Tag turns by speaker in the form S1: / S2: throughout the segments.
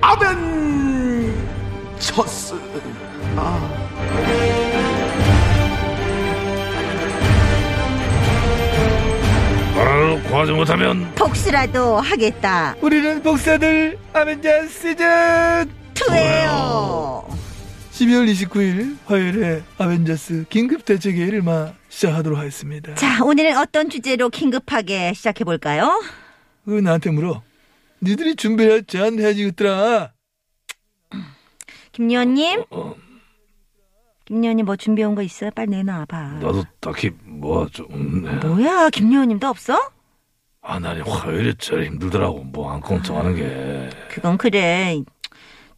S1: 아벤처스.
S2: 나라를 아, 구하지 못하면
S3: 복수라도 하겠다.
S4: 우리는 복사들 아벤자 시즌
S3: 투예요.
S4: 12월 29일 화요일에 아벤자스 긴급 대책회의를 마 시작하도록 하겠습니다.
S3: 자, 오늘은 어떤 주제로 긴급하게 시작해 볼까요?
S4: 그 나한테 물어. 니들이 준비해 제안해야지겠더라.
S3: 김여원님.
S2: 어,
S3: 김여원님 뭐 준비한 거 있어요? 빨리 내놔봐.
S2: 나도 딱히 뭐가 좀 없네.
S3: 뭐야, 김여원님도 없어?
S2: 아, 나는 화요일이 제일 힘들더라고. 뭐안 꼼짝하는 게
S3: 그건 그래.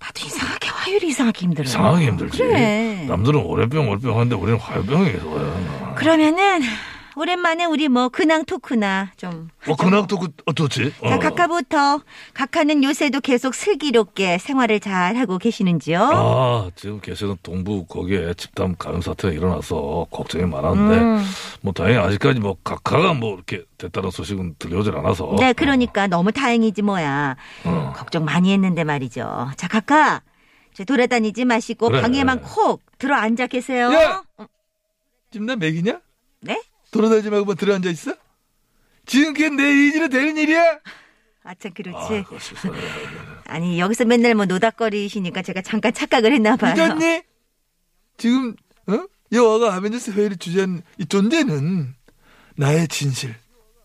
S3: 나도 이상하게 화요일이 이상하게 힘들어.
S2: 이상하게 힘들지.
S3: 그래.
S2: 남들은 월요병 월요병 하는데 우리는 화요병이 있어요.
S3: 그러면은 오랜만에 우리 뭐 근황 토크나 좀.
S2: 어, 그날도 그 어떻지?
S3: 자,
S2: 어.
S3: 각하부터 각하는 요새도 계속 슬기롭게 생활을 잘 하고 계시는지요?
S2: 아, 지금 계시는 동부 거기에 집단 감염 사태가 일어나서 걱정이 많았는데 뭐 다행히 아직까지 뭐 각하가 뭐 이렇게 됐다는 소식은 들려오질 않아서.
S3: 네, 그러니까 너무 다행이지 뭐야.
S2: 어.
S3: 걱정 많이 했는데 말이죠. 자, 각하. 저 돌아다니지 마시고
S2: 그래. 예.
S3: 방에만 콕 들어 앉아 계세요.
S4: 야! 지금 나 맥이냐?
S3: 네?
S4: 돌아다니지 말고 뭐 들어앉아 있어? 지금 그게 내 의지로 되는 일이야?
S3: 아,
S2: 아,
S3: 참 그렇지.
S2: 그것이 있어요.
S3: 아, 니 여기서 맨날 뭐 노닥거리시니까 제가 잠깐 착각을 했나 봐요.
S4: 잊었니? 지금 어? 여화가 아벤자스 회의를 주재한 이 존재는 나의 진실,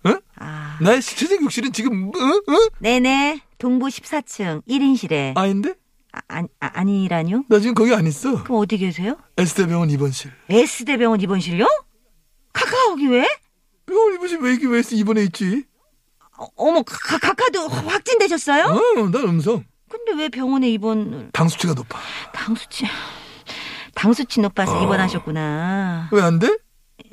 S4: 어?
S3: 아,
S4: 나의 실체적 육실은 지금 어? 어?
S3: 네네. 동부 14층 1인실에.
S4: 아닌데?
S3: 아, 아니, 아, 아니라뇨?
S4: 나 지금 거기 안 있어.
S3: 그럼 어디 계세요?
S4: 에스테 병원 입원실.
S3: S대 병원 입원실요? 카카오기 왜?
S4: 병원 입원실 왜 이게 왜 에스 입원해 있지?
S3: 어, 어머, 가- 각하도 확진되셨어요?
S4: 어, 난 음성.
S3: 근데 왜 병원에 입원을?
S4: 당 수치가 높아.
S3: 당수치 당수치 높아서 입원하셨구나.
S4: 왜 안 돼?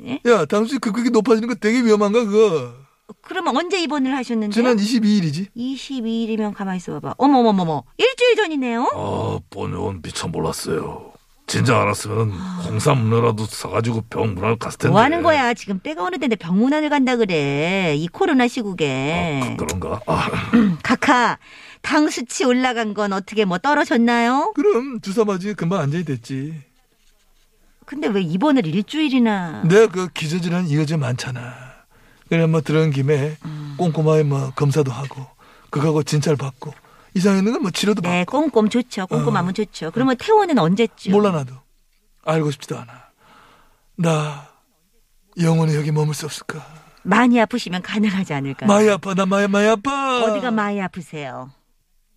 S3: 예?
S4: 야, 당 수치 그 그게 높아지는 거 되게 위험한가 그거.
S3: 그러면 언제 입원을 하셨는데요?
S4: 지난 22일이지.
S3: 22일이면 가만히 있어봐봐. 어머머머머, 일주일 전이네요.
S2: 아, 본의원 미처 몰랐어요. 진짜 알았으면 홍삼 음료라도 사가지고 병 문화를 갔을 텐데. 아,
S3: 뭐 하는 거야? 지금 때가 오는 데인데 병문안을 간다 그래. 이 코로나 시국에.
S2: 아, 그, 런가 아,
S3: 각하, 당 수치 올라간 건 어떻게 뭐 떨어졌나요?
S4: 그럼 주사 맞으니 금방 앉아야 됐지.
S3: 근데 왜 입원을 일주일이나?
S4: 내가 그 기저질환 이어져 많잖아. 그래 뭐 들은 김에
S3: 음.
S4: 꼼꼼하게 뭐 검사도 하고 그거하고 진찰 받고 이상했는 건 뭐 치료도 받고
S3: 네, 꼼꼼 좋죠. 꼼꼼하면 좋죠. 그러면 퇴원은 언제쯤?
S4: 몰라 나도 알고 싶지도 않아. 나 영원히 여기 머물 수 없을까?
S3: 많이 아프시면 가능하지 않을까?
S4: 마이 아파 나 마이 마이 아파.
S3: 네. 어디가 많이 아프세요?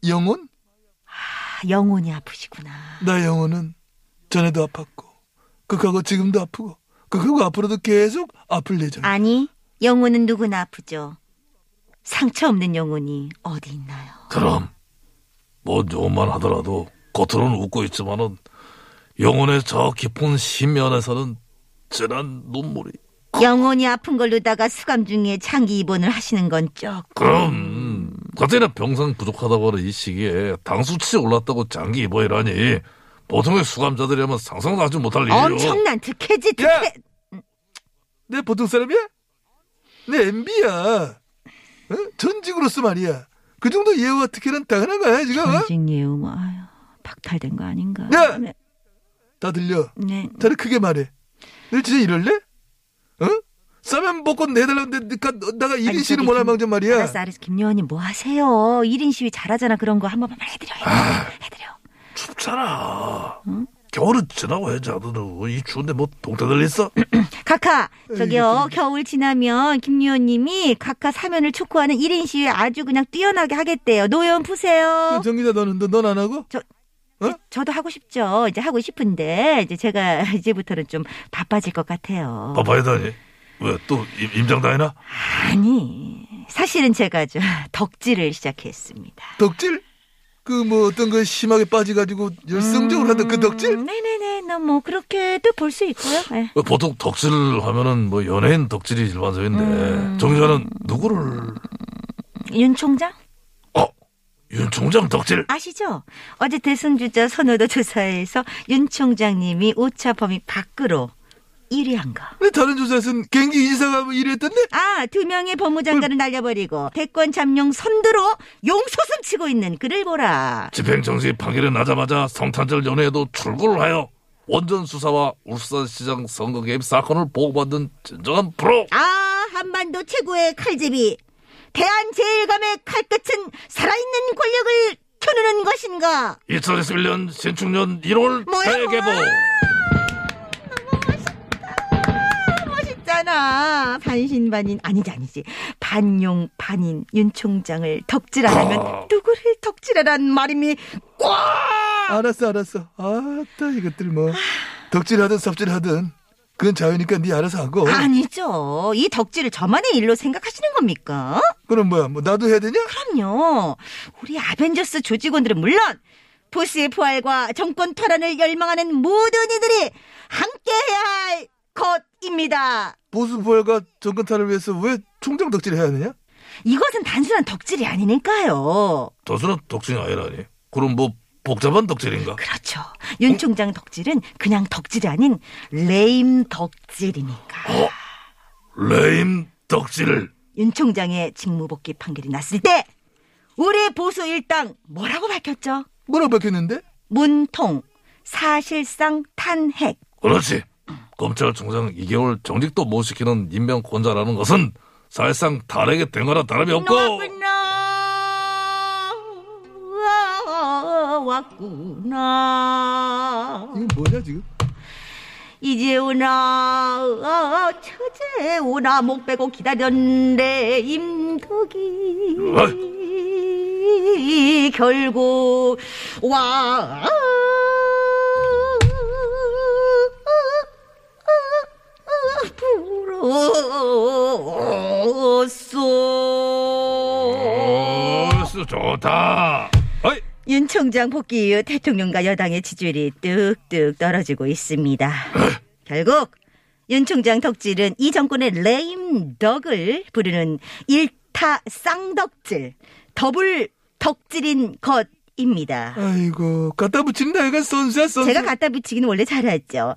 S4: 영혼?
S3: 아, 영혼이 아프시구나.
S4: 나 영혼은 전에도 아팠고 극하고 지금도 아프고 극하고 앞으로도 계속 아플 예정. 야
S3: 아니, 영혼은 누구나 아프죠. 상처 없는 영혼이 어디 있나요?
S2: 그럼 뭐 요만 하더라도 겉으로는 웃고 있지만은 영혼의 저 깊은 심연에서는 진한 눈물이.
S3: 영혼이 아픈 걸로다가 수감 중에 장기 입원을 하시는 건 조금
S2: 그럼 갑자기나 병상 부족하다고 하는 이 시기에 당 수치 올랐다고 장기 입원이라니 보통의 수감자들이라면 상상도 하지 못할 일이요.
S3: 엄청난 특혜지 특혜.
S4: 야! 내 보통 사람이야? 내 MB야. 전직으로서 말이야. 그 정도 예우와 특혜는 당연한 거야 지금. 어?
S3: 전직예우 뭐 아유, 박탈된 거 아닌가?
S4: 야!
S3: 네,
S4: 다 들려.
S3: 네.
S4: 자네 크게 말해. 너 진짜 이럴래? 어? 싸면 먹고 내달라는데 니까 너- 나가
S3: 아니,
S4: 1인 씨는
S3: 저기
S4: 몰라망정 말이야.
S3: 알았어, 알았어. 김여원님 뭐 하세요? 1인 시위 잘하잖아 그런 거 한번만 해드려.
S4: 아.
S3: 해드려.
S2: 춥잖아. 겨울은 지나고 해야지 않으려고 이 추운데 뭐 동태들 있어?
S3: 카카 저기요 겨울 지나면 김유원님이 카카 사면을 촉구하는 1인 시위 아주 그냥 뛰어나게 하겠대요 노여운 푸세요
S4: 어? 그 정기자 너는 넌 안 하고?
S3: 저도 하고 싶죠 이제 하고 싶은데 이제 제가 이제부터는 좀 바빠질 것 같아요
S2: 바빠야다니. 왜 또 임장 다니나?
S3: 아니 사실은 제가 저 덕질을 시작했습니다
S4: 덕질? 그 뭐 어떤 거 심하게 빠져가지고 열성적으로 하던 그 덕질?
S3: 음, 네네네. 너 뭐 그렇게도 볼 수 있고요. 예.
S2: 보통 덕질을 하면은 뭐 연예인 덕질이 일반적인데
S3: 음.
S2: 정자는 누구를
S3: 윤 총장
S2: 어윤 총장 덕질
S3: 아시죠? 어제 대선 주자 선호도 조사에서 윤 총장님이 오차 범위 밖으로 1위한 거.
S4: 왜 다른 조사에서는 갱기 인사가 뭐 이랬던데?
S3: 아, 두 명의 법무장관을 날려버리고 대권 잠룡 선두로 용솟음 치고 있는 그를 보라.
S2: 집행정지 판결이 나자마자 성탄절 연회에도 출국을 하여 원전 수사와 울산시장 선거 개입 사건을 보고받은 진정한 프로
S3: 아, 한반도 최고의 칼집이 대한 제일감의 칼끝은 살아있는 권력을 겨누는 것인가?
S2: 2021년 신축년 1월
S3: 뭐야,
S2: 대개봉
S3: 멋있잖아. 반신반인 아니지 아니지. 반용 반인 윤 총장을 덕질하려면 누구를 덕질하란 말임이 아.
S4: 알았어, 알았어. 아따, 이것들 뭐. 덕질하든 삽질하든. 그건 자유니까 네 알아서 하고.
S3: 아니죠. 이 덕질을 저만의 일로 생각하시는 겁니까?
S4: 그럼 뭐야, 뭐 나도 해야 되냐?
S3: 그럼요. 우리 아벤져스 조직원들은 물론 보스의 부활과 정권 탈환을 열망하는 모든 이들이 함께해야 할 것입니다.
S4: 보수 부활과 정권타를 위해서 왜 총장 덕질을 해야 되냐?
S3: 이것은 단순한 덕질이 아니니까요.
S2: 도수는 덕질이 아니라니 그럼 뭐 복잡한 덕질인가
S3: 그렇죠. 윤 총장 덕질은 그냥 덕질이 아닌 레임 덕질이니까.
S2: 어? 레임 덕질을
S3: 윤 총장의 직무 복귀 판결이 났을 때 우리 보수 일당 뭐라고 밝혔죠?
S4: 뭐라고 밝혔는데?
S3: 문통 사실상 탄핵.
S2: 그렇지. 검찰총장 2개월 정직도 못 시키는 임명권자라는 것은 사실상 달에게 된 거나 다름이 없고
S3: 왔구나 왔구나
S4: 이건 뭐냐, 지금?
S3: 이제 오나 아, 처제 오나 목 빼고 기다렸는데 임덕이 결국 와 불었소
S2: 어이씨, 좋다. 어이,
S3: 윤 총장 복귀 이후 대통령과 여당의 지지율이 뚝뚝 떨어지고 있습니다. 결국 윤 총장 덕질은 이 정권의 레임 덕을 부르는 일타 쌍덕질, 더블 덕질인 것입니다.
S4: 아이고, 갖다 붙인다, 이건 선수야, 선수.
S3: 제가 갖다 붙이기는 원래 잘하죠.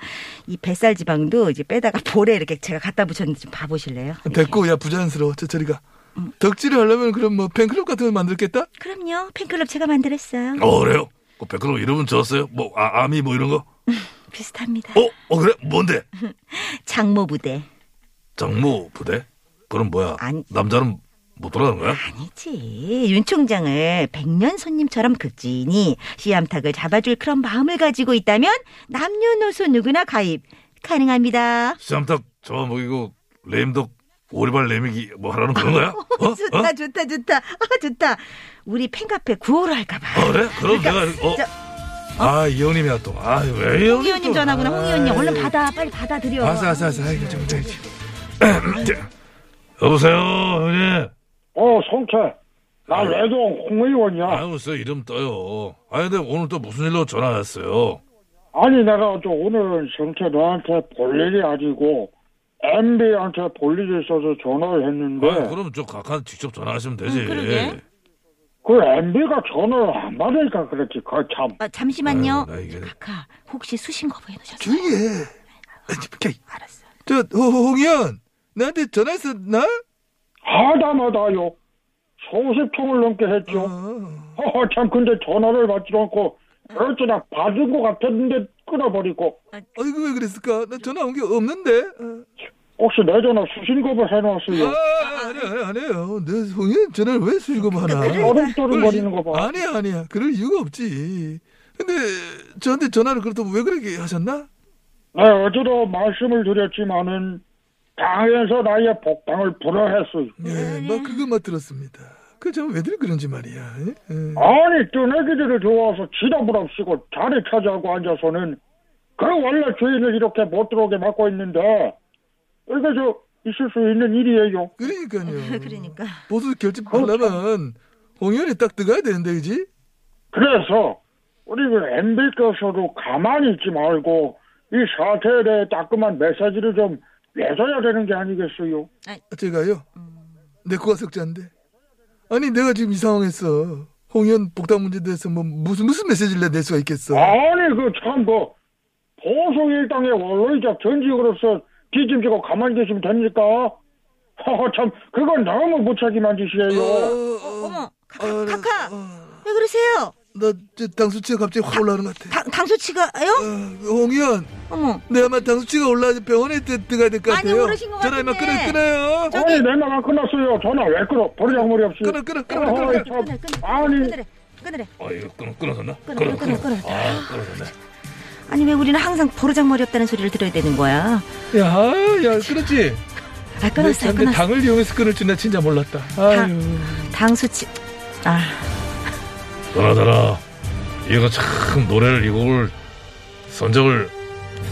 S3: 이 뱃살 지방도 이제 빼다가 볼에 이렇게 제가 갖다 붙였는데 좀 봐보실래요?
S4: 됐고, 야, 부자연스러워. 저, 저리가.
S3: 음.
S4: 덕질을 하려면 그럼 뭐 팬클럽 같은 걸 만들겠다?
S3: 그럼요. 팬클럽 제가 만들었어요.
S2: 어, 그래요? 그 백그로 이름은 지었어요? 뭐, 아, 아미 뭐 이런 거?
S3: 비슷합니다.
S2: 어, 어, 그래? 뭔데?
S3: 장모 부대.
S2: 장모 부대? 그럼 뭐야?
S3: 아니.
S2: 남자는 못 돌아가는 거야?
S3: 아니지. 윤 총장을 백년 손님처럼 극진히 씨암탉을 잡아줄 그런 마음을 가지고 있다면 남녀노소 누구나 가입 가능합니다.
S2: 시암탁 저먹이고 레임덕 오리발 레미기 뭐 하라는 그런 거야? 어? 어?
S3: 좋다 좋다 좋다 아 좋다. 우리 팬카페 구호로 할까봐.
S2: 어, 그래? 그럼
S3: 그러니까
S2: 내가, 어. 아, 이 형님이야 또. 아, 왜 이래?
S3: 홍 의원님 전화구나 홍 의원님
S2: 예.
S3: 얼른 받아 빨리 받아들여. 네.
S4: 아싸, 아싸, 아싸. 이거 좀, 좀, 좀.
S2: 여보세요, 형님.
S5: 어, 성태.
S4: 아,
S5: 나
S4: 예.
S5: 외동 홍의원이야.
S2: 아유, 쎄 이름 떠요. 아니, 근데 오늘 또 무슨 일로 전화했어요?
S5: 아니, 내가 저 오늘은 성태 너한테 볼
S4: 예.
S5: 일이 아니고, MB한테 볼 일이 있어서 전화를 했는데,
S2: 아니, 그럼 저 각하 직접 전화하시면 되지.
S3: 그러게.
S5: 그 MB가 전화를 안 받으니까 그렇지. 그 참.
S3: 아, 잠시만요.
S2: 아이고, 나 이게-
S3: 카카 혹시 수신 거부해놓으셨어요?
S4: 조용히 해. 아, 좀, 이렇게.
S3: 알았어.
S4: 저, 호- 호- 홍현, 나한테 전화했었나?
S5: 하다마다요. 수십 통을 넘게 했죠.
S4: 아.
S5: 허허, 참, 근데 전화를 받지도 않고, 어쩌나 받은 것 같았는데 끊어버리고,
S4: 아이고, 왜 그랬을까? 나 전화 온 게 없는데. 어.
S5: 혹시 내 전화 수신거부 해놨어요.
S4: 아, 아니, 아니, 아니에요. 내 홍현 전화를 왜 수익금 하나?
S5: 떠름떠름거리는 거 봐.
S4: 아니야, 아니야. 그럴 이유가 없지. 근데 저한테 전화를 그렇다고 왜 그렇게 하셨나?
S5: 네, 어제도 말씀을 드렸지만은 당에서 나의 복당을 불허했어요.
S2: 음.
S3: 네,
S4: 예, 막 그것만 들었습니다. 그참 왜들 그런지 말이야. 예? 예.
S5: 아니 뜨내기들이 좋아서 지답을 없이고 자리 차지하고 앉아서는 그 원래 주인을 이렇게 못 들어오게 막고 있는데 이게 저 있을 수 있는 일이에요.
S4: 그러니까요.
S3: 어, 그러니까.
S4: 보수 결집 하려면 홍현이 딱 들어가야 되는데, 그지?
S5: 그래서 우리 그 MB께서도 가만히 있지 말고 이 사태에 대해 따끔한 메시지를 좀 내줘야 되는 게 아니겠어요?
S4: 제가요? 내 코가 석자인데. 아니 내가 지금 이 상황에서 홍현 복당 문제에 대해서 뭐 무슨 무슨 메시지를 낼 수가 있겠어?
S5: 아니 그 참 그 보수일당의 원로이자 전직으로서 뒤짐지고 가만히 계시면 됩니까? 허허 참 그건 너무 무책임한 짓이에요.
S3: 어머,
S4: 어,
S3: 카카, 카카, 왜 그러세요?
S4: 나저 당수치가 갑자기 확 올라오는 것 같아.
S3: 당, 당수치가요?
S4: 어, 홍현,
S3: 어머,
S4: 내 아마 당수치가 올라와서 병원에 들- 들어가야 될 것
S3: 많이
S4: 같아요.
S3: 오르신 것
S4: 전화 이만 끊어,
S3: 같은데.
S4: 끊어요.
S5: 아니 내 말 안 끝났어요. 전화 왜 끊어? 버리장머리 없이.
S4: 끊어, 끊어, 끊어, 끊어, 끊어.
S5: 어허, 참.
S3: 끊어, 끊어,
S5: 아니
S3: 끊으래, 끊으래.
S2: 아 이거 끊어 끊어졌나?
S3: 끊어, 끊어, 끊어.
S2: 아 끊어졌네.
S3: 아니 왜 우리는 항상 버르장머리 없다는 소리를 들어야 되는 거야?
S4: 야, 야, 끊었지?
S3: 아 끊었어요,
S4: 근데
S3: 끊었어.
S4: 당을 이용해서 끊을 줄나 진짜 몰랐다. 아유.
S3: 당수치, 아,
S2: 떠나더라. 얘가 참 노래를 이 곡을 선정을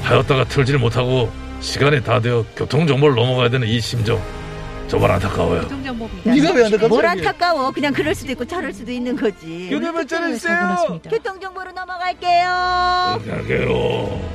S2: 하였다가 틀지를 못하고 시간이 다 되어 교통 정보를 넘어가야 되는 이 심정 정말 안타까워요.
S4: 네가 왜 안타깝지?
S3: 뭘 안타까워? 그냥 그럴 수도 있고 저럴 수도 있는 거지.
S4: 교대만 짜내주세요.
S3: 교통 정보로 넘어갈게요.
S2: 안녕하세요.